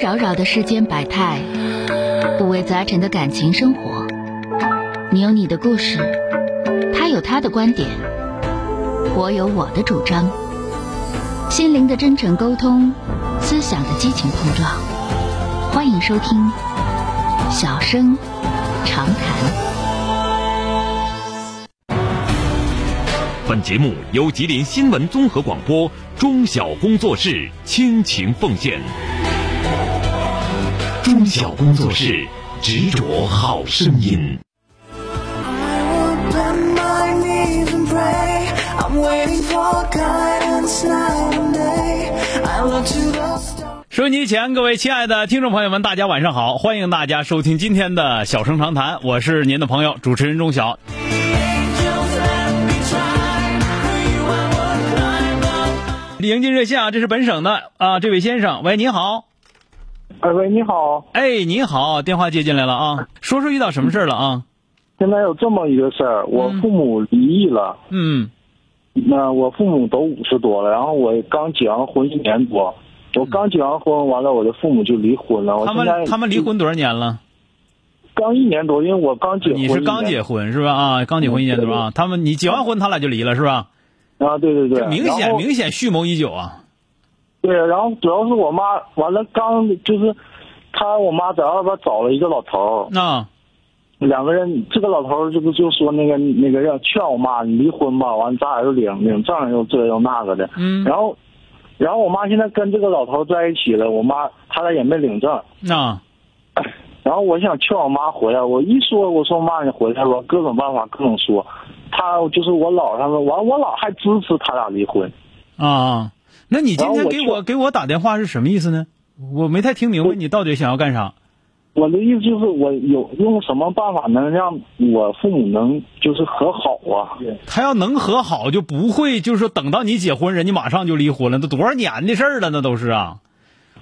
扰扰的世间百态，五味杂陈的感情生活。你有你的故事，他有他的观点，我有我的主张。心灵的真诚沟通，思想的激情碰撞。欢迎收听《小声长谈》。本节目由吉林新闻综合广播中小工作室倾情奉献。中小工作室执着好声音。收音机前，各位亲爱的听众朋友们，大家晚上好！欢迎大家收听今天的小声长谈，我是您的朋友主持人钟晓。迎进热线啊，这是本省的啊，这位先生，喂，您好。哎喂，你好。哎，你好，电话接进来了啊，说说遇到什么事儿了啊？现在有这么一个事儿，我父母离异了。嗯，那我父母都五十多了，然后我刚结完婚一年多，我刚结完婚，完了我的父母就离婚了。我嗯他现在们他们离婚多少年了？嗯刚一年多，因为我刚结婚一你年。是刚结婚是吧？啊，刚结婚一年多啊？他们你结完婚，他俩就离了是嗯吧？啊？对对对，明然显后明显蓄谋已久啊！对，然后主要是我妈完了刚就是，她我妈在外边找了一个老头那、儿，两个人这个老头儿这不就说那个那个让劝我妈你离婚吧，完咱俩又领领证又这又那个的，嗯，然后，然后我妈现在跟这个老头在一起了，我妈她俩也没领证。那、嗯然后我想劝我妈回来，我一说我说妈你回来吧，各种办法各种说，她就是我姥他们，完我姥还支持他俩离婚。啊，那你今然天后我给去我给我打电话是什么意思呢？我没太听明白你到底想要干啥。我的意思就是我有用什么办法能让我父母能就是和好啊？他要能和好，就不会就是说等到你结婚，人家马上就离婚了，都多少年的事儿了，那都是啊。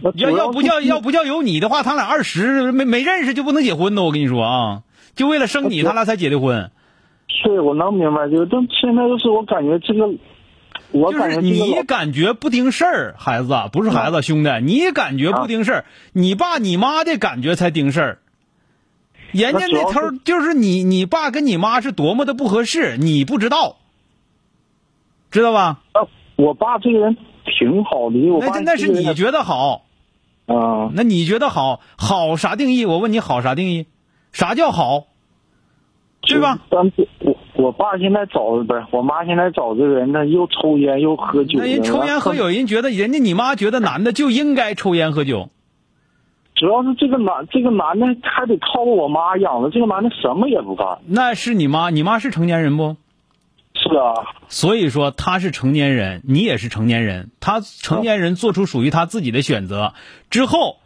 那主要要不叫是要不叫有你的话，他俩二十没没认识就不能结婚的，我跟你说啊，就为了生你，他俩才结的婚。对，我能明白，就是但现在就是我感觉这个，我就感是觉这个你老啊感觉不听事儿，孩子不是孩子，兄弟，你感觉不听事儿，你爸你妈的感觉才听事儿。人家那主那要头儿就是你，你爸跟你妈是多么的不合适，你不知道，知道吧？啊我爸这个人挺好的，我那爸就那这是个人你觉得好，啊。那你觉得好，好啥定义？我问你，好啥定义？啥叫好？对吧？但是我我爸现在找的不是，我妈现在找这个人呢，又抽烟又喝酒那的。人抽烟喝酒，人觉得人家你妈觉得男的就应该抽烟喝酒，主要是这个男这个男的还得靠我妈养着，这个男的什么也不干。那是你妈，你妈是成年人不？是啊，所以说他是成年人，你也是成年人，他成年人做出属于他自己的选择之后，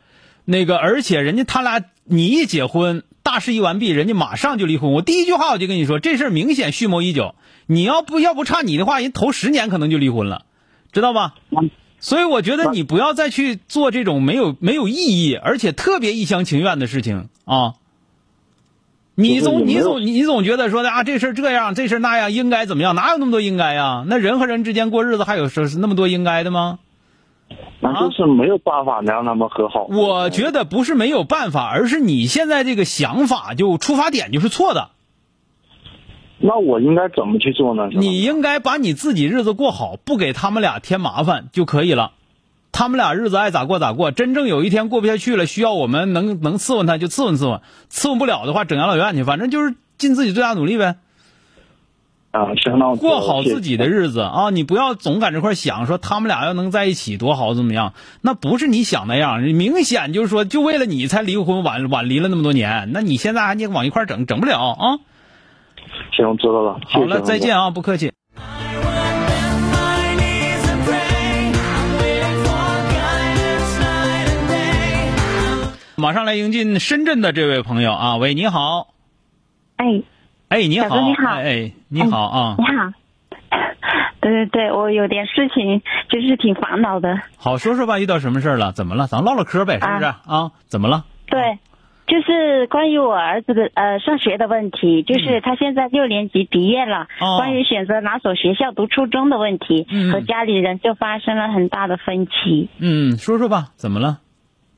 那个而且人家他俩你一结婚，大事一完毕，人家马上就离婚。我第一句话我就跟你说，这事儿明显蓄谋已久。你要不要不差你的话，人头十年可能就离婚了，知道吧？嗯所以我觉得你不要再去做这种没有没有意义，而且特别一厢情愿的事情啊。你就是总也没你有总你总觉得说的啊，这事儿这样，这事儿那样，应该怎么样？哪有那么多应该呀、那人和人之间过日子还有是那么多应该的吗？那就是没有办法能让他们和好。啊我觉得不是没有办法，而是你现在这个想法就出发点就是错的。那我应该怎么去做呢？是吧你应该把你自己日子过好，不给他们俩添麻烦就可以了。他们俩日子爱咋过咋过，真正有一天过不下去了，需要我们能能伺候他就伺候伺候，伺候不了的话整养老院去，反正就是尽自己最大努力呗，啊，行，那我过好自己的日。日子啊！你不要总赶这块想说他们俩要能在一起多好怎么样，那不是你想那样，明显就是说就为了你才离婚晚晚离了那么多年，那你现在还你往一块整整不了啊！行，我知道了。谢好谢了，小再峰哥见啊，不客气。马上来迎进深圳的这位朋友啊，喂，你好，哎，你哎，你好，小哥你好嗯哎，哎你好啊，好。 对对对，我有点事情，就是挺烦恼的。好，说说吧，遇到什么事儿了？怎么了？咱唠唠嗑呗，是不是啊？怎么了？对，就是关于我儿子的呃上学的问题，就是他现在六年级毕业了，嗯哦关于选择哪所学校读初中的问题，嗯和家里人就发生了很大的分歧。嗯，说说吧，怎么了？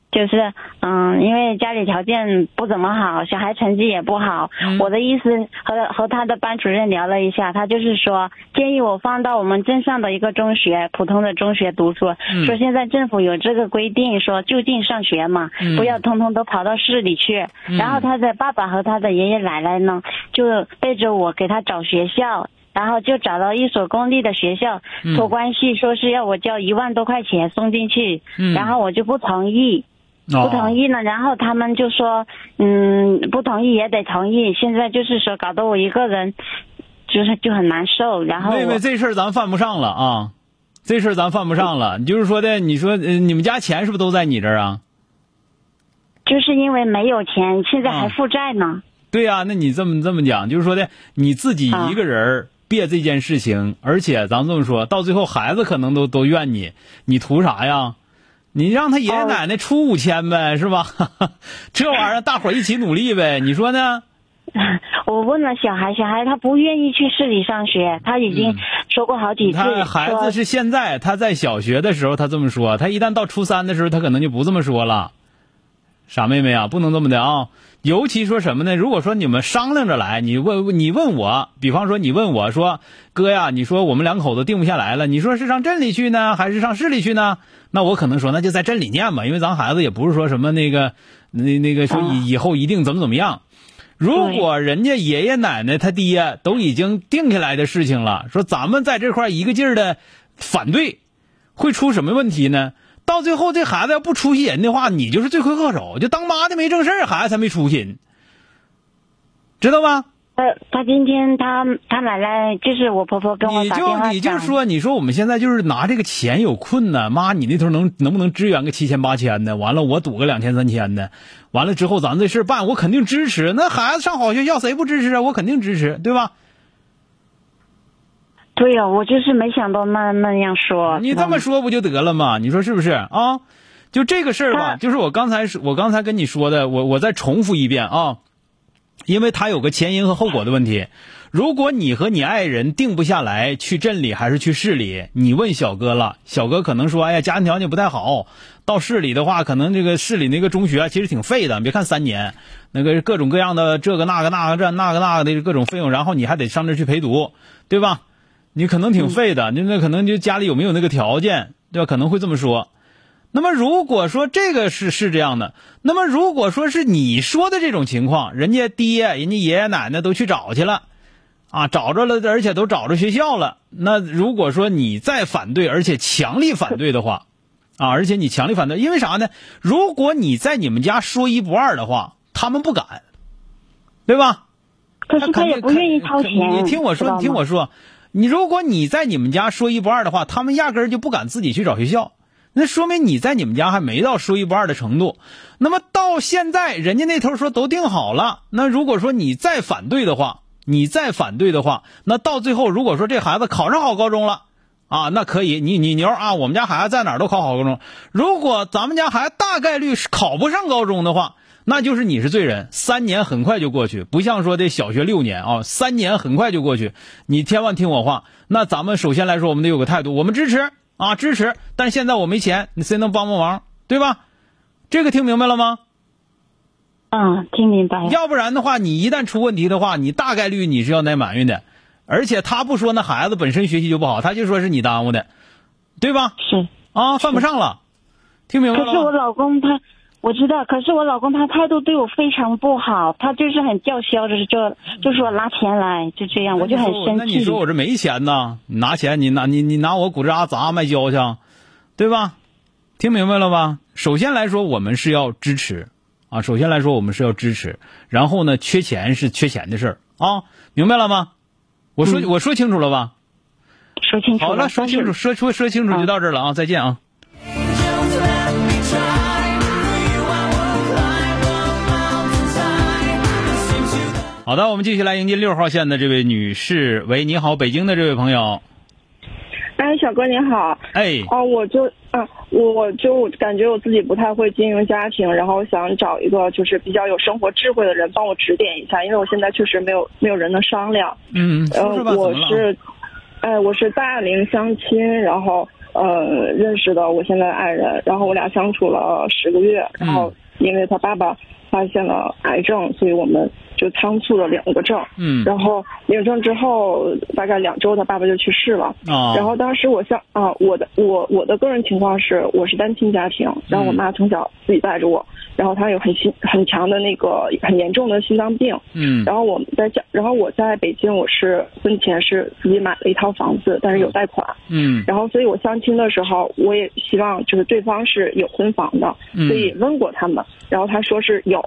就就是嗯，因为家里条件不怎么好，小孩成绩也不好。我的意思和和他的班主任聊了一下，他就是说建议我放到我们镇上的一个中学，普通的中学读书。说现在政府有这个规定，说就近上学嘛，不要通通都跑到市里去。然后他的爸爸和他的爷爷奶奶呢，就背着我给他找学校。然后就找到一所公立的学校，托关系说是要我交一万多块钱送进去，嗯然后我就不同意，哦不同意呢，然后他们就说，嗯，不同意也得同意，现在就是说搞得我一个人，就是就很难受，然后妹妹，我这事儿咱犯不上了啊，这事儿咱犯不上了。你就是说的，你说、呃、你们家钱是不是都在你这儿啊？就是因为没有钱，现哦在还负债呢，对呀、那你这么这么讲，就是说的你自己一个人儿别这件事情，而且咱们这么说到最后，孩子可能都都怨你，你图啥呀？你让他爷爷哦奶奶出五千呗，是吧？ 这玩意儿大伙儿一起努力呗，你说呢？ 我问了小孩，小孩他不愿意去市里上学，他已经说过好几次，他嗯孩说子是现在他在小学的时候他这么说，他一旦到初三的时候他可能就不这么说了。傻妹妹啊，不能这么的啊！尤其说什么呢？如果说你们商量着来，你问你问我，比方说你问我说哥呀，你说我们两口子定不下来了，你说是上镇里去呢，还是上市里去呢？那我可能说那就在镇里念吧，因为咱孩子也不是说什么那个那那个说以以后一定怎么怎么样。如果人家爷爷奶奶他爹都已经定下来的事情了，说咱们在这块儿一个劲儿的反对，会出什么问题呢？到最后这孩子要不出息人的话，你就是罪魁祸首。就当妈的没正事儿，孩子才没出息，知道吗？他他今天他他奶奶就是我婆婆跟我你打电话就讲，你就说，你说我们现在就是拿这个钱有困难，妈，你那头能能不能支援个七千八千的？完了，我赌个两千三千的，完了之后咱这事儿办，我肯定支持。那孩子上好学校，谁不支持啊？我肯定支持，对吧？对呀、我就是没想到那那样说。你这么说不就得了吗？你说是不是啊？就这个事儿吧，他就是我刚才说我刚才跟你说的，我我再重复一遍啊，因为它有个前因和后果的问题。如果你和你爱人定不下来去镇里还是去市里，你问小哥了，小哥可能说，哎呀，家庭条件不太好，到市里的话，可能这个市里那个中学啊其实挺费的，你别看三年，那个各种各样的这个那个那个这那个那个的各种费用，然后你还得上这去陪读，对吧？你可能挺费的，那、那可能就家里有没有那个条件，对吧？可能会这么说。那么如果说这个是是这样的，那么如果说是你说的这种情况，人家爹、人家爷爷奶奶都去找去了，啊，找着了，而且都找着学校了。那如果说你再反对，而且强力反对的话， 啊，而且你强力反对，因为啥呢？如果你在你们家说一不二的话，他们不敢，对吧？可那是他肯也定不肯愿意掏肯钱。你听我知道说，吗你听我说，你如果你在你们家说一不二的话，他们压根儿就不敢自己去找学校。那说明你在你们家还没到说一不二的程度。那么到现在，人家那头说都定好了，那如果说你再反对的话，你再反对的话，那到最后，如果说这孩子考上好高中了。啊，那可以，你你牛啊！我们家孩子在哪儿都考好高中。如果咱们家孩子大概率是考不上高中的话，那就是你是罪人。三年很快就过去，不像说这小学六年啊，三年很快就过去。你千万听我话。那咱们首先来说，我们得有个态度，我们支持啊，支持。但现在我没钱，你谁能帮帮忙，对吧？这个听明白了吗？嗯，听明白了。要不然的话，你一旦出问题的话，你大概率你是要挨埋怨的。而且他不说那孩子本身学习就不好，他就说是你耽误的，对吧？是，啊，犯不上了，听明白了可是我吗？老公他，我知道，可是我老公他态度对我非常不好，他就是很叫嚣着就就说拿钱来，就这样，我就很那生你气。说我这没钱呐？你拿钱，你拿你你拿我骨渣砸卖胶去，对吧？听明白了吧？首先来说，我们是要支持啊，首先来说我们是要支持，然后呢，缺钱是缺钱的事儿啊，明白了吗？我说、我说清楚了吧？说嗯清楚好了，了，说但是清楚，说说说清楚就到这儿了啊，再见啊。 Just let me try. You, I will climb a mountain high and sing to the 好的，我们继续来迎接六号线的这位女士。喂，你好，北京的这位朋友。哎，小哥你好，哎，哦，我就啊，我我就感觉我自己不太会经营家庭，然后想找一个就是比较有生活智慧的人帮我指点一下，因为我现在确实没有没有人能商量。嗯，呃说说吧，，怎我么了？是，哎、我是大龄相亲，然后呃认识的我现在的爱人，然后我俩相处了十个月，嗯然后因为他爸爸发现了癌症，所以我们就仓促了领了个证，嗯然后领证之后大概两周，他爸爸就去世了。啊，然后当时我像啊，我的我我的个人情况是，我是单亲家嗯庭，然后我妈从小自己带着我，然后她有很心很强的那个很严重的心脏病，嗯然后我们在家，然后我在北京，我是婚前是自己买了一套房子，但是有贷款，嗯然后所以我相亲的时候，我也希望就是对方是有婚房的，嗯所以问过他们，然后他说是有，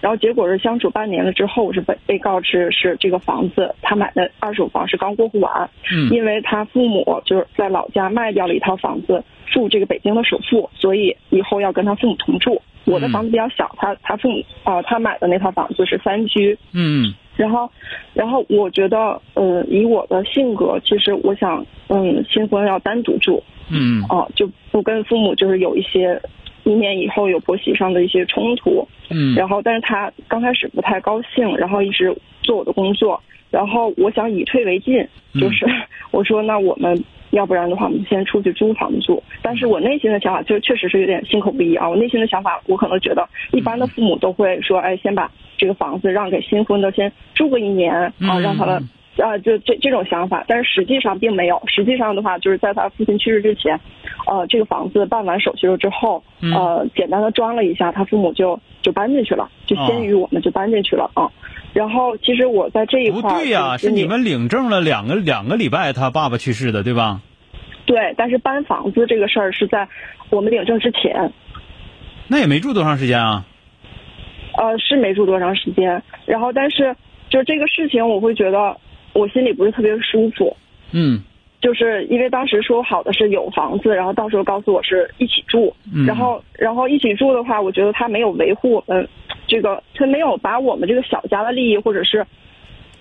然后结果是相处半年了之后，我是被被告知是这个房子他买的二手房是刚过户完，嗯因为他父母就是在老家卖掉了一套房子，付这个北京的首付，所以以后要跟他父母同住。我的房子比较小，他他父母啊、他买的那套房子是三居，嗯然后，然后我觉得，呃，以我的性格，其实我想，嗯，新婚要单独住，嗯啊、就不跟父母就是有一些，以免以后有婆媳上的一些冲突。嗯，然后，但是他刚开始不太高兴，然后一直做我的工作，然后我想以退为进，嗯就是、 我说那我们要不然的话，我们先出去租房子住。但是我内心的想法就是确实是有点心口不一啊，我内心的想法，我可能觉得一般的父母都会说，哎，先把这个房子让给新婚的，先住个一年啊，嗯让他们。啊，就这这种想法，但是实际上并没有。实际上的话，就是在他父亲去世之前，呃，这个房子办完手续了之后，嗯呃，简单的装了一下，他父母就就搬进去了，就先哦于我们就搬进去了啊。然后其实我在这一不块儿对呀、就是你们领证了两个两个礼拜，他爸爸去世的，对吧？对，但是搬房子这个事儿是在我们领证之前，那也没住多长时间啊。呃，是没住多长时间。然后但是就是这个事情，我会觉得我心里不是特别舒服，嗯就是因为当时说好的是有房子，然后到时候告诉我是一起住，嗯然后然后一起住的话，我觉得他没有维护我们这个，他没有把我们这个小家的利益，或者是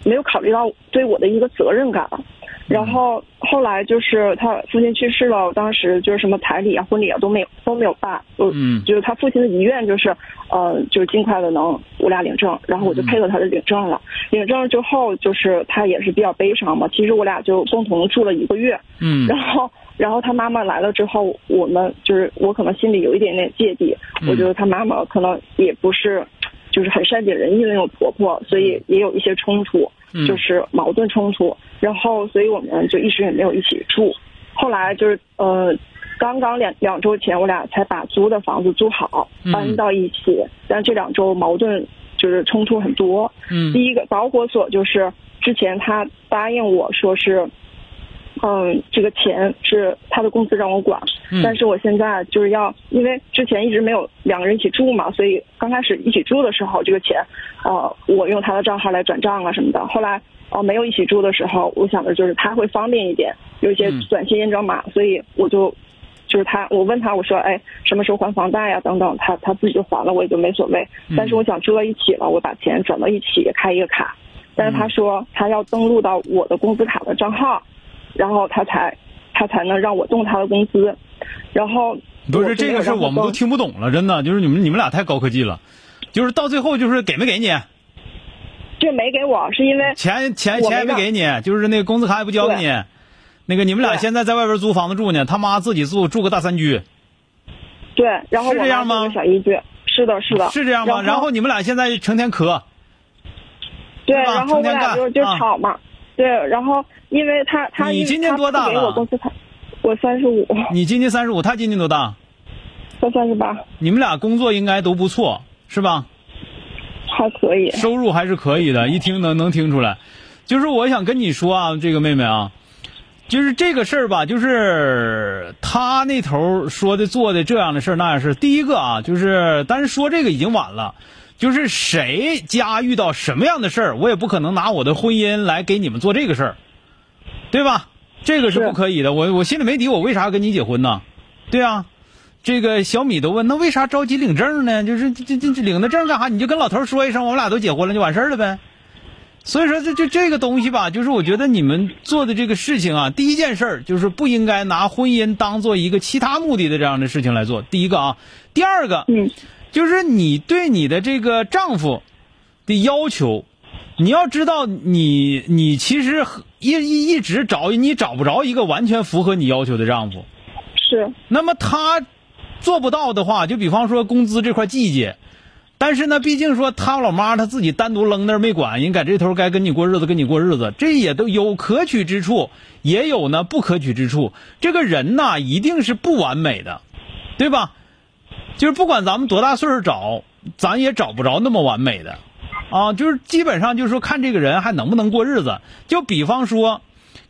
没有考虑到对我的一个责任感。啊嗯然后后来就是他父亲去世了，我当时就是什么彩礼啊、婚礼啊都没有都没有办，我嗯就是他父亲的遗愿就是，呃，就是尽快的能我俩领证，然后我就配合他的领证了。领证之后就是他也是比较悲伤嘛，其实我俩就共同住了一个月，嗯然后，然后他妈妈来了之后，我们就是我可能心里有一点点芥蒂，嗯我觉得他妈妈可能也不是，就是很善解人意的那种婆婆，所以也有一些冲突，嗯就是矛盾冲突。然后，所以我们就一直也没有一起住。后来就是呃，刚刚两两周前，我俩才把租的房子租好嗯，搬到一起。但这两周矛盾就是冲突很多，嗯第一个导火索就是之前他答应我说是，嗯，这个钱是他的工资让我管，嗯但是我现在就是要，因为之前一直没有两个人一起住嘛，所以刚开始一起住的时候，这个钱，呃，我用他的账号来转账啊什么的。后来呃没有一起住的时候，我想的就是他会方便一点，有一些嗯短信验证码，所以我就。就是他，我问他，我说，哎，什么时候还房贷呀、啊等等，他他自己就还了，我也就没所谓。嗯但是我想住到一起了，我把钱转到一起开一个卡，但是他说他要登录到我的工资卡的账号，然后他才他才能让我动他的工资，然后不我是就没这有个事，让他我们都动听不懂了，真的，就是你们你们俩太高科技了，就是到最后就是给没给你这没给我，是因为钱钱我没钱也没让给你，就是那个工资卡也不交给你，那个你们俩对现在在外边租房子住呢，他妈自己住住个大三居，对，然后我是这样吗拿这个小依据，是的，是的，是这样吗？然然后你们俩现在成天磕，对，是吧然后成我天俩干就就啊吵嘛，对，然后因为他他你因为今年他多不大给我了工资卡，我三十五，你今年三十五，他今年多大？他三十八，你们俩工作应该都不错，是吧？还可以，收入还是可以的，一听能能听出来。就是我想跟你说啊，这个妹妹啊，就是这个事儿吧，就是他那头说的做的这样的事儿那样的事儿。第一个啊，就是但是说这个已经晚了。就是谁家遇到什么样的事儿，我也不可能拿我的婚姻来给你们做这个事儿，对吧？这个是是不可以的。我我心里没底，我为啥要跟你结婚呢？对啊，这个小米都问，那为啥着急领证呢？就是这这这这领那证干啥？你就跟老头说一声，我们俩都结婚了就完事儿了呗。所以说这这这个东西吧，就是我觉得你们做的这个事情啊，第一件事儿就是不应该拿婚姻当做一个其他目的的这样的事情来做。第一个啊，第二个，嗯，就是你对你的这个丈夫的要求，你要知道你，你其实很一一一直找你找不着一个完全符合你要求的丈夫，是那么他做不到的话，就比方说工资这块季节，但是呢，毕竟说他老妈他自己单独扔那儿没管，人在这头该跟你过日子，跟你过日子，这也都有可取之处，也有呢不可取之处。这个人呐，一定是不完美的，对吧？就是不管咱们多大岁数找，咱也找不着那么完美的，啊，就是基本上就是说看这个人还能不能过日子。就比方说，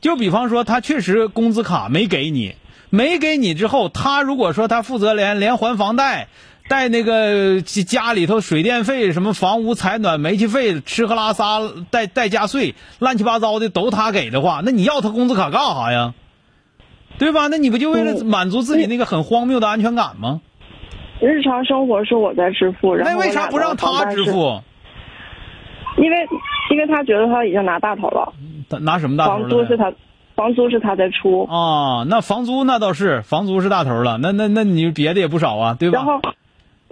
就比方说他确实工资卡没给你，没给你之后，他如果说他负责连连还房贷。带那个家家里头水电费、什么房屋采暖、煤气费、吃喝拉撒、带带家税，乱七八糟的都他给的话，那你要他工资卡干啥呀？对吧？那你不就为了嗯满足自己那个很荒谬的安全感吗？日常生活是我在支付，然后那我为啥俩不的让房他贷支是？付？因为因为他觉得他已经拿大头了，他拿什么大头房租了是呢？他房租是他在出，啊，那房租那倒是，房租是大头了。那那那你别的也不少啊，对吧？然后。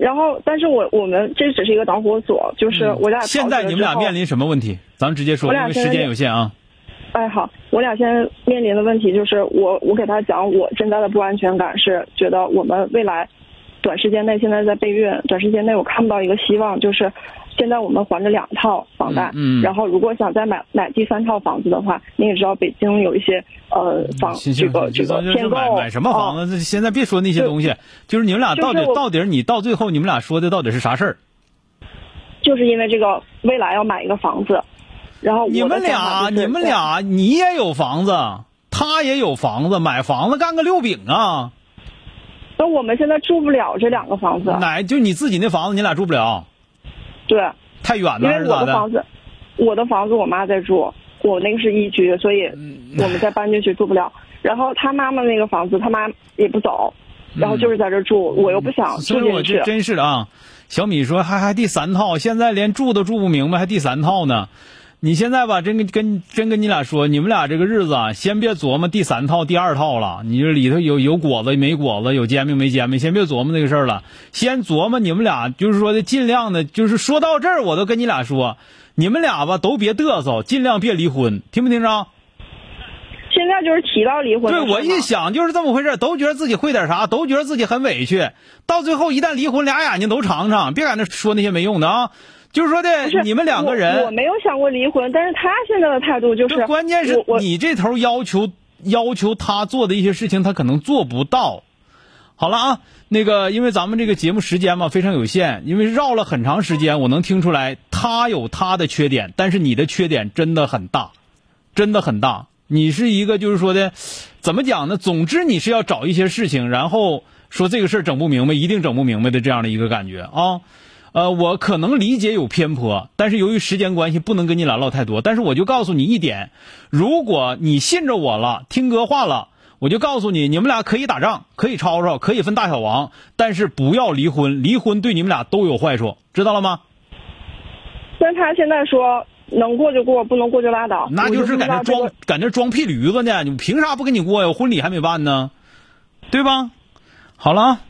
然后，但是我我们这只是一个导火索，就是我俩、嗯现在你们俩面，临什么问题？咱们直接说，我因俩为现时在间就有限啊。哎好，我俩现在面临的问题就是我我给他讲我现在的不安全感是觉得我们未来短时间内现在在备孕，短时间内我看不到一个希望，就是现在我们还着两套房贷，嗯嗯然后如果想再买买第三套房子的话，你也知道北京有一些呃房行这行，个这行个咱就限就购买买什么啊房子？这现在别说那些就东西，就是你们俩就到是底我到底你到最后你们俩说的到底是啥事儿？就是因为这个未来要买一个房子，然后我的你们想俩法就，是你们俩，你也有房子，他也有房子，买房子干个六饼啊？那我们现在住不了这两个房子，哪就你自己那房子，你俩住不了，对，太远因了为还是我咋的的？房子，我的房子我妈在住，我那个是一居，所以嗯我们再搬进去住不了。然后他妈妈那个房子，他妈也不走，然后就是在这儿住，我又不想嗯所住以我进去这。真是的啊，小米说还还第三套，现在连住都住不明白，还第三套呢。你现在吧，真跟跟真跟你俩说，你们俩这个日子啊，先别琢磨第三套、第二套了。你这里头有有果子没果子，有煎饼没煎饼，先别琢磨这个事儿了。先琢磨你们俩，就是说的尽量的，就是说到这儿，我都跟你俩说，你们俩吧都别嘚瑟，尽量别离婚，听没听着？现在就是提到离婚的事对嘛，我一想就是这么回事儿，都觉得自己会点啥，都觉得自己很委屈，到最后一旦离婚，俩眼睛都长长，别在那说那些没用的啊。就是说不是的，你们两个我，我人，没有想过离婚，但是他现在的态度就是，这关键是我我你这头要求要求他做的一些事情，他可能做不到。好了啊，那个因为咱们这个节目时间嘛非常有限，因为绕了很长时间，我能听出来他有他的缺点，但是你的缺点真的很大。真的很大。你是一个就是说的，怎么讲呢？总之你是要找一些事情，然后说这个事儿整不明白，一定整不明白的这样的一个感觉啊。呃，我可能理解有偏颇，但是由于时间关系，不能跟你俩唠太多。但是我就告诉你一点，如果你信着我了，听哥话了。我就告诉你，你们俩可以打仗，可以吵吵，可以分大小王，但是不要离婚，离婚对你们俩都有坏处，知道了吗？但他现在说能过就过，不能过就拉倒。那啊我就就是不在知道那这装个在那装屁驴子呢！你凭啥不跟你过呀？婚礼还没办呢，对吧？好了啊，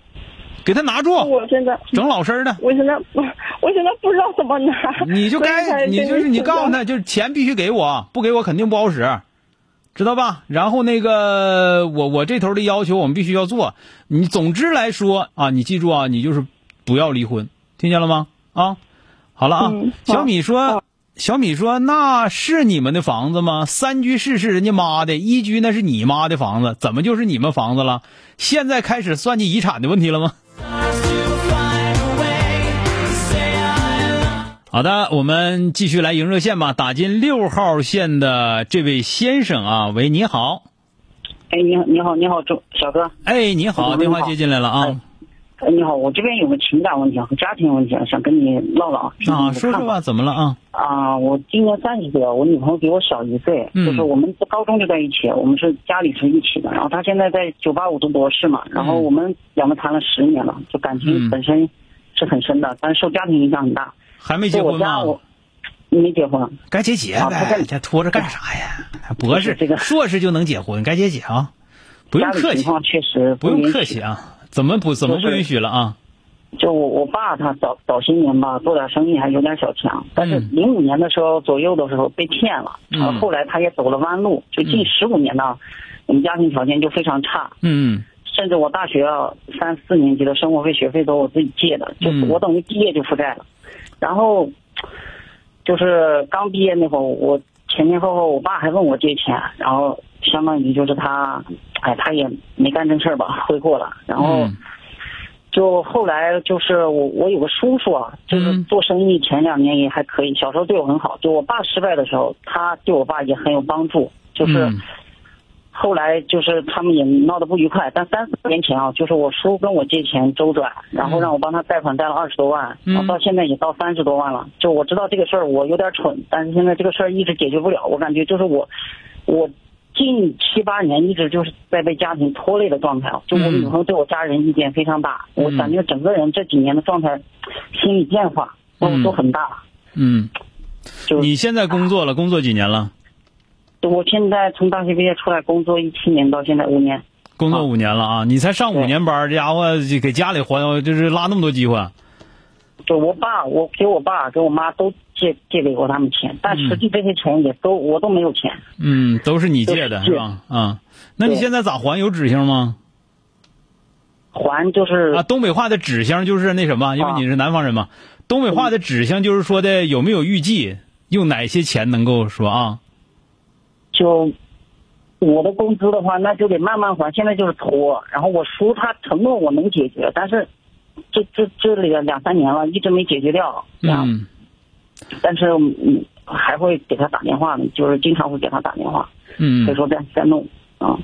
给他拿住，我现在整老实儿的。我现在不，我现在不知道怎么拿。 你就所以才该，跟你就是你请教告诉他，就是钱必须给我，不给我肯定不好使，知道吧？然后那个我我这头的要求我们必须要做。你总之来说啊，你记住啊，你就是不要离婚，听见了吗？啊，好了啊。嗯好小米说好，小米说，那是你们的房子吗？三居室是人家妈的，一居那是你妈的房子，怎么就是你们房子了？现在开始算计遗产的问题了吗？好的，我们继续来迎热线吧。打进六号线的这位先生啊，喂，你好，哎，你好，你好，你好，周小哥，哎，你好，嗯电话接进来了啊，哎你好，我这边有个情感问题啊，和家庭问题啊，想跟你唠唠听听你啊，的说看说法吧，怎么了啊？啊，我今年三十岁，我女朋友比我小一岁，嗯就是我们高中就在一起，我们是家里是一起的，然后她现在在九八五读博士嘛，然后嗯我们两个谈了十年了，就感嗯情本身是很深的，但是受家庭影响很大。还没就结我婚啊家吗？我没结婚，该结结啊不呗，是这拖着干啥呀？博士这个、硕士就能结婚，该结结啊，不用家里客情气，况确实不用允客许气啊，怎么不怎么不允许了啊？就我我爸他早早些年吧，做点生意还有点小强，但是嗯零五年的时候左右的时候被骗了，嗯然后后来他也走了弯路，就近嗯十五年呢，我们家庭条件就非常差，嗯甚至我大学啊三四年级的生活费、学费都我自己借的，就是嗯我等于毕业就负债了。然后就是刚毕业那会儿，我前前后后我爸还问我借钱，然后相当于就是他，哎，他也没干正事儿吧，挥霍了。然后嗯就后来就是我我有个叔叔啊，就是嗯做生意前两年也还可以，小时候对我很好，就我爸失败的时候，他对我爸也很有帮助，就是。嗯后来就是他们也闹得不愉快，但三四年前啊，就是我叔跟我借钱周转，然后让我帮他贷款贷了二十多万，嗯然后到现在也到三十多万了。就我知道这个事儿我有点蠢，但是现在这个事儿一直解决不了，我感觉就是我，我近七八年一直就是在被家庭拖累的状态啊。就我嗯女朋友对我家人意见非常大，我嗯感觉整个人这几年的状态，心理变化嗯都很大。嗯，就你现在工作了，工作几年了？我现在从大学毕业出来工作一七年到现在五年。工啊作五年了啊，你才上五对年班儿，这家伙就给家里还就是拉那么多啊饥荒。就我爸，我给我爸给我妈都借借给过他们钱，但实际这些钱也都、我都没有钱，嗯，都是你借的都是是吧？啊，那你对现在咋还？有指星吗？还就是、啊，东北话的指星就是那什么，因为啊你是南方人嘛，东北话的指星就是说的有没有预计，用哪些钱能够说啊？就我的工资的话，那就得慢慢还，现在就是拖。然后我叔他承诺我能解决，但是这这这里两三年了，一直没解决掉。啊，嗯但是嗯还会给他打电话呢，就是经常会给他打电话，嗯所以，说再再弄啊。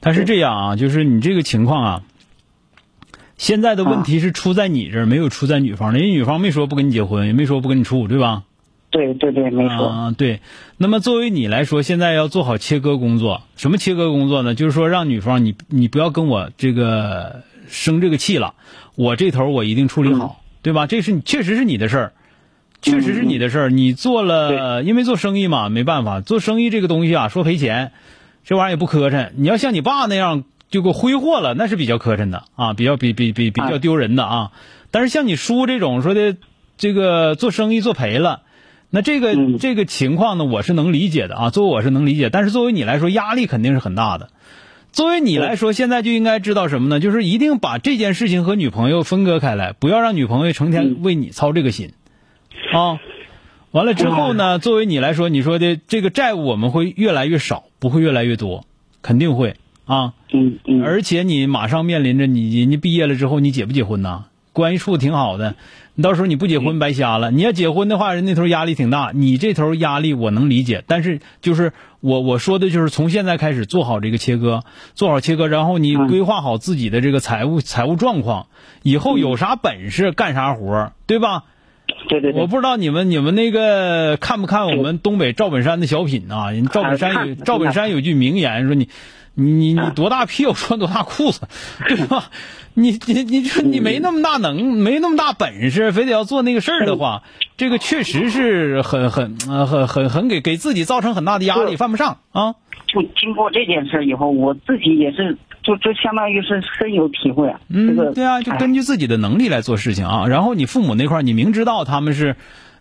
他是这样啊，就是你这个情况啊，现在的啊问题是出在你这儿，没有出在女方，因为女方没说不跟你结婚，也没说不跟你处，对吧？对对对，没错，啊，对。那么作为你来说，现在要做好切割工作。什么切割工作呢？就是说让女方你你不要跟我这个生这个气了，我这头我一定处理好，对吧？这是你确实是你的事儿。确实是你的事儿，你做了，因为做生意嘛，没办法，做生意这个东西啊，说赔钱，这玩意儿也不磕碜。你要像你爸那样就给我挥霍了，那是比较磕碜的啊，比较比比比比较丢人的啊。但是像你叔这种说的，这个做生意做赔了，那这个、嗯这个情况呢，我是能理解的啊，作为我是能理解，但是作为你来说，压力肯定是很大的。作为你来嗯说，现在就应该知道什么呢？就是一定把这件事情和女朋友分割开来，不要让女朋友成嗯天为你操这个心，啊。完了之后嗯呢，作为你来说，你说的这个债务我们会越来越少，不会越来越多，肯定会啊。嗯嗯，而且你马上面临着你人家毕业了之后，你结不结婚呐？关系处得挺好的，你到时候你不结婚白瞎了。你要结婚的话，人那头压力挺大，你这头压力我能理解。但是就是我我说的就是从现在开始做好这个切割，做好切割，然后你嗯规划好自己的这个财务财务状况，以后有啥本事干啥活儿，对吧？对对对我，不知道你们你们那个看不看我们东北赵本山的小品啊？人赵本山有看看赵本山有句名言说你你你你多大屁股穿多大裤子，对 吧？你你你这你嗯没那么大能，没那么大本事，非得要做那个事儿的话，这个确实是很很呃很很很给给自己造成很大的压力，是犯不上啊。就经过这件事以后，我自己也是，就就相当于是深有体会啊。这个嗯，对啊，就根据自己的能力来做事情啊。然后你父母那块儿，你明知道他们是，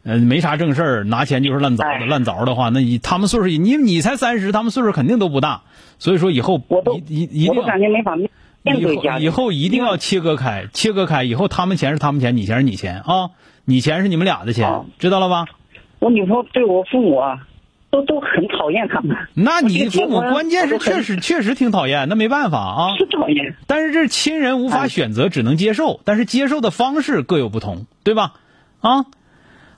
呃，没啥正事儿，拿钱就是烂凿的，哎烂凿的话，那以他们岁数，你你才三十，他们岁数肯定都不大，所以说以后我都一一一我定都感觉没法面面以对后家里嗯以后一定要切割开，切割开，以后他们钱是他们钱，你钱是你钱啊，你钱是你们俩的钱好，知道了吧？我女朋友对我父母啊，都都很讨厌他们，那我这你个结父母婚关键是我都很确实确实挺讨厌，那没办法啊。 是讨厌。但是这是亲人无法哎选择，只能接受，但是接受的方式各有不同，对吧？啊，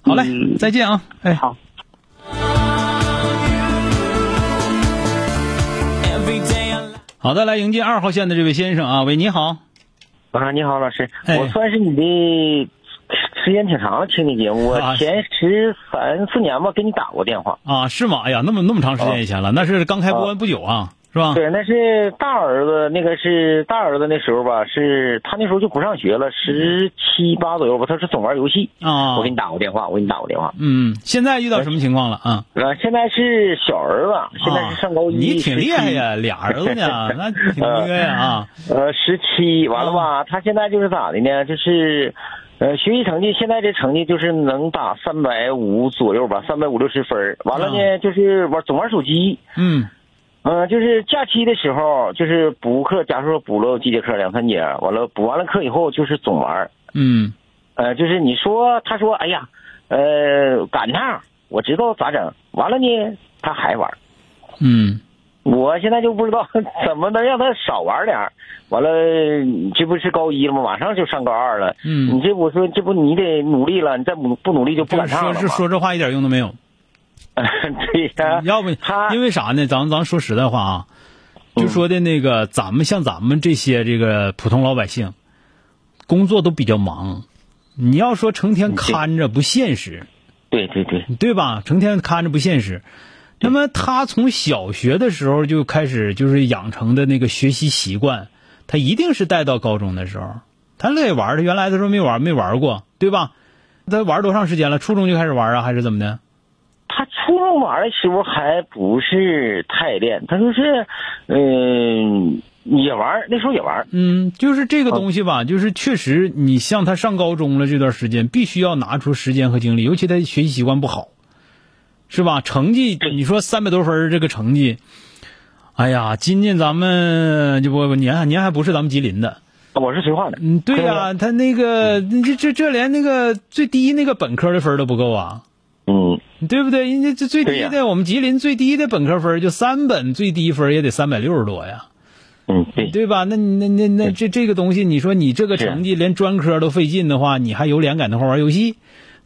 好嘞，嗯再见啊，哎，好。 Every day I 好的，来迎接二号线的这位先生啊，喂，你好，啊，你好，老师，哎我算是你的时间挺长，听你节目，啊我前十三四年吧，给你打过电话。啊，是吗？哎呀，那么那么长时间以前了，那是刚开播不久啊，是吧？哦对，那是大儿子，那个是大儿子那时候吧，是他那时候就不上学了，十七八左右吧，他是总玩游戏。嗯啊我给，你打过电话，我给你打过电话。嗯，现在遇到什么情况了啊？啊，现在是小儿子，现在是上高一，啊你挺厉害17呀，俩儿子 呢，那挺厉害呀啊，呃，十七完了吧？他现在就是咋的呢？就是，呃，学习成绩现在这成绩就是能打三啊百五左右吧，三百五六十分儿。完了呢，就是玩总玩手机，嗯嗯、就是假期的时候，就是补课，假如说补了几节课，两三节，完了补完了课以后就是总玩儿，嗯呃，就是你说他说哎呀，呃赶趟，我知道咋整，完了呢他还玩儿，嗯我现在就不知道 怎么能让他少玩点儿。完了，你这不是高一了吗？马上就上高二了。你嗯，这不是这不你得努力了，你再不不努力就不就赶是上说了是嘛。说这话一点用都没有， 对呀、要不哎他因为啥呢？咱咱说实在话啊，就说的那嗯个咱们像咱们这些这个普通老百姓，工作都比较忙，你要说成天看着不现实。对对对，对吧？成天看着不现实。那么他从小学的时候就开始就是养成的那个学习习惯，他一定是带到高中的时候，他乐意玩儿他原来他说没玩没玩过，对吧？他玩多长时间了？初中就开始玩啊，还是怎么的？他初中玩的时候还不是太练，他就是嗯、也玩，那时候也玩。嗯，就是这个东西吧，就是确实你像他上高中了这段时间，必须要拿出时间和精力，尤其他学习习惯不好，是吧？成绩你说三百多分儿这个成绩，哎呀，今年咱们就不不您还您还不是咱们吉林的，我是绥化的，嗯，对呀、他那个这这这连那个最低那个本科的分儿都不够啊，嗯，对不对？人家这最低对的、我们吉林最低的本科分儿就三本，最低分儿也得三百六十多呀。嗯，对，对吧？那你那那那这这个东西，你说你这个是成绩连专科都费劲的话，你还有脸赶那块玩游戏？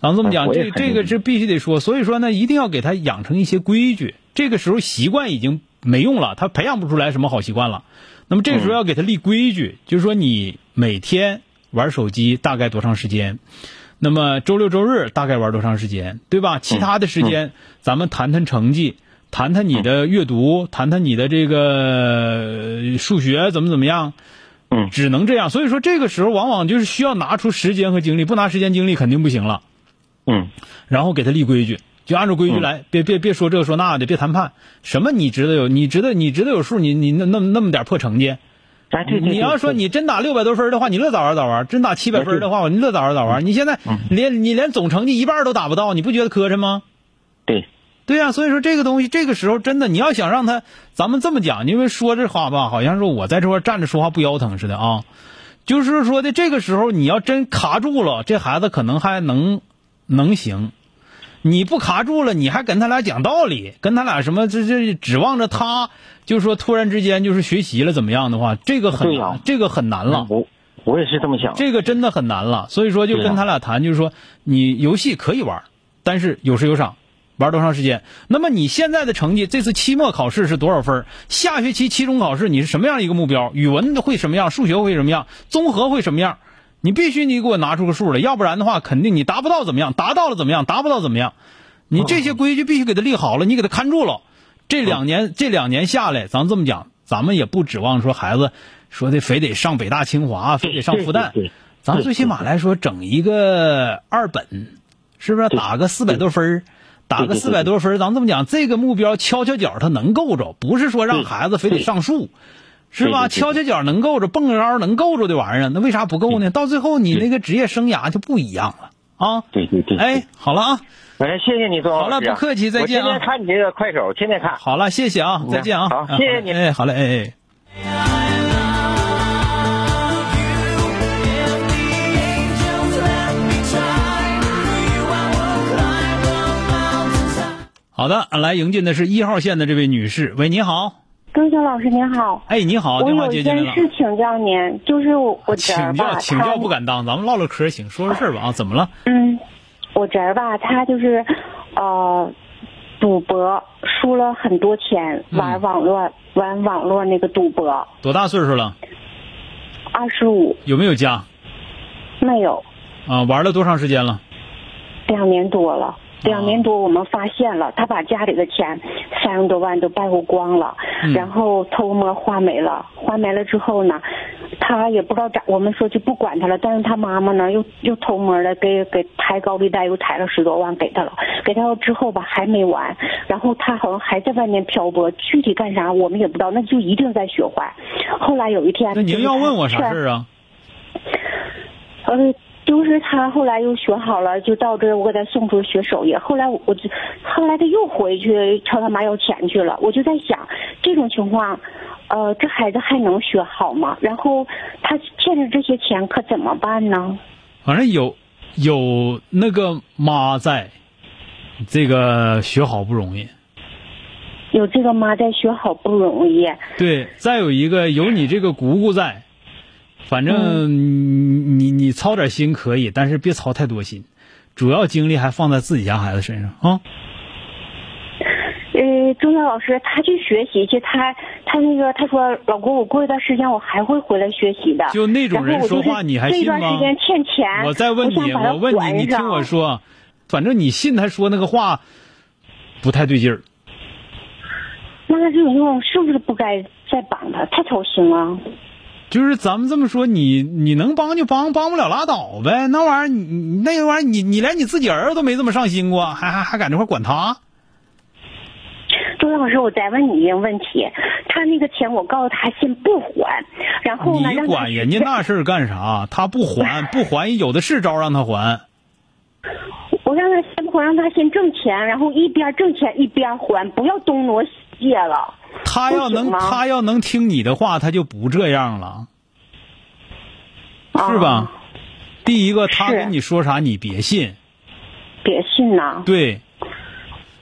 咱这么哎讲，我这也很这个认是必须得说。所以说呢，一定要给他养成一些规矩。这个时候习惯已经没用了，他培养不出来什么好习惯了。那么这个时候要给他立规矩，就是说你每天玩手机大概多长时间？那么周六周日大概玩多长时间，对嗯吧？其他的时间、咱们谈谈成绩，谈谈你的阅嗯读，谈谈你的这个呃数学怎么怎么样。嗯只能这样。所以说这个时候往往就是需要拿出时间和精力，不拿时间精力肯定不行了。嗯，然后给他立规矩，就按照规矩来，别别别说这个说那的，别谈判。什么你知道有，你知道你知道有数，你你那那那么点破成绩，哎，对对对你要说对哎你真打六百多分的话，你乐咋玩咋玩；真打七百分的话，你乐咋玩咋玩。你现在嗯连你连总成绩一半都打不到，你不觉得磕碜吗？对，对呀、所以说这个东西，这个时候真的，你要想让他，咱们这么讲，因为说这话吧，好像说我在这块站着说话不腰疼似的啊。就是说的，这个时候你要真卡住了，这孩子可能还能能行。你不卡住了，你还跟他俩讲道理，跟他俩什么这这指望着他，就说突然之间就是学习了怎么样的话，这个很对难，呀这个很难了。我我也是这么想。这个真的很难了。所以说，就对啊跟他俩谈，就是说你游戏可以玩，但是有时有赏，玩多长时间？那么你现在的成绩，这次期末考试是多少分儿？下学期期中考试你是什么样一个目标？语文会什么样？数学会什么样？综合会什么样？你必须你给我拿出个数来，要不然的话，肯定你达不到怎么样，达到了怎么样，达不到怎么样。你这些规矩必须给他立好了，你给他看住了。这两年、这两年下来，咱这么讲，咱们也不指望说孩子说的非得上北大清华，非得上复旦对对对，咱最起码来说整一个二本，是不是打个四百多分儿？打个对对四对百多分儿，咱这么讲，这个目标敲敲脚他能够着，不是说让对孩子非得上树，是吧？对对对敲敲脚能够着，蹦个高能够着的玩意儿，那为啥不够呢？到最后你那个职业生涯就不一样了啊！对对对，哎，好了啊，哎，谢谢你，周好老了师啊。不客气再见啊我天天看你这个快手，天天看。好了，谢谢啊，再见啊，嗯好啊谢谢你哎，好嘞，哎哎。好的，来迎进的是一号线的这位女士。喂，你好，钟晓老师您好，哎，你好，我电话有一接进来件了。啊事请教您，就是我我侄儿请吧，教，他请教不敢当，咱们唠唠嗑儿行，说说事儿吧啊，怎么了？嗯，我侄儿吧，他就是呃赌博输了很多钱，嗯玩网络、玩网络那个赌博，多大岁数了？二十五有没有家？没有啊，玩了多长时间了？两年多了。两年多，我们发现了他把家里的钱三十多万都败光光了，嗯然后偷摸花没了。花没了之后呢，他也不知道咋，我们说就不管他了。但是他妈妈呢，又又偷摸的给给抬高利贷，又抬了十多万给他了。给他了之后吧，还没完，然后他好像还在外面漂泊，具体干啥我们也不知道，那就一定在学坏。后来有一天，啊啊那您要问我啥事儿？儿啊？呃，就就是他后来又学好了，就到这儿我给他送出去学手艺。后来我我就，后来他又回去朝他妈要钱去了。我就在想，这种情况，呃，这孩子还能学好吗？然后他欠着这些钱可怎么办呢？反正有有那个妈在，这个学好不容易。有这个妈在学好不容易，对，再有一个有你这个姑姑在，反嗯正你你操点心可以，但是别操太多心，主要精力还放在自己家孩子身上啊。呃，钟晓老师他去学习去，他他那个他说老公，我过一段时间我还会回来学习的。就那种人然后我说就是话你还这信吗段时间欠钱，我再问想你，把它我问还你，你听上我。说，反正你信他说那个话，不太对劲儿。那这种情况是不是不该再绑他？太操心了。就是咱们这么说，你你能帮就帮，帮不了拉倒呗。那玩意儿，你你那玩意儿，你你连你自己儿子都没这么上心过，还还还敢这块管他？周老师，我再问你一个问题，他那个钱我告诉他先不还，然后呢，你让他管人家那事儿干啥？他不 还不还，有的是招让他还。我让他先不还，让他先挣钱，然后一边挣钱一边还，不要东挪西借了。他要能不行吗他要能听你的话，他就不这样了，是吧？啊第一个，他是跟你说啥你别信，别信呐、对。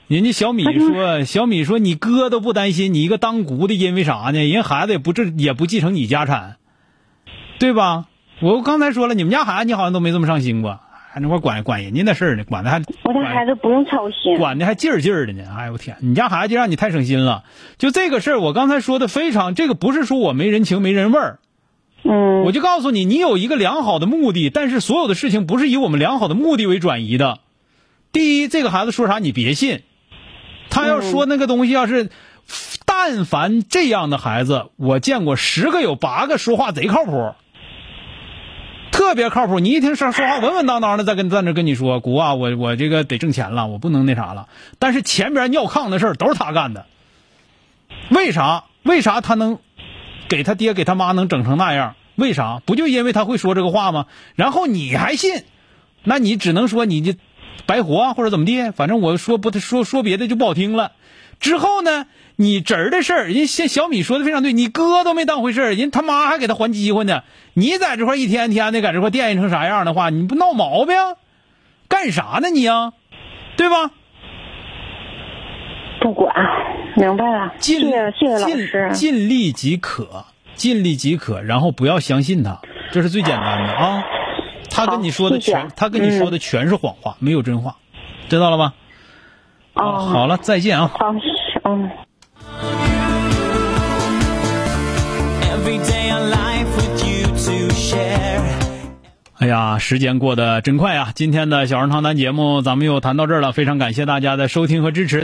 人家小米那就是说，小米说你哥都不担心，你一个当姑的，因为啥呢？人家孩子也不这也不继承你家产，对吧？我刚才说了，你们家孩子你好像都没这么上心过，还那块管管人家那事儿呢，管的还我的孩子不用操心。管的还劲儿劲儿的呢。哎呦我天，你家孩子就让你太省心了。就这个事儿，我刚才说的非常，这个不是说我没人情没人味儿，嗯，我就告诉你，你有一个良好的目的，但是所有的事情不是以我们良好的目的为转移的。第一，这个孩子说啥你别信，他要说那个东西，要是但凡这样的孩子，我见过十个有八个说话贼靠谱，特别靠谱。你一听说说话稳稳当当的，在跟在那跟你说，姑啊，我我这个得挣钱了，我不能那啥了。但是前边尿炕的事儿都是他干的，为啥？为啥他能给他爹给他妈能整成那样？为啥？不就因为他会说这个话吗？然后你还信，那你只能说你就白活啊或者怎么地。反正我说不说说别的就不好听了。之后呢，你侄儿的事儿，人家像小米说的非常对，你哥都没当回事儿，人他妈还给他还机会呢。你在这块儿一天天的在这块儿惦记成啥样的话，你不闹毛病？干啥呢你啊？对吧？不管，明白了。谢尽谢谢谢老师尽。尽力即可，尽力即可，然后不要相信他，这是最简单的啊。他跟你说的谢嗯谢全，他跟你说的全是谎话，没有真话，知道了吧？啊，哦，好了，再见啊。好，嗯。 Every day a life with you to share. 哎呀，时间过得真快啊！今天的小人堂谈节目咱们又谈到这儿了，非常感谢大家的收听和支持。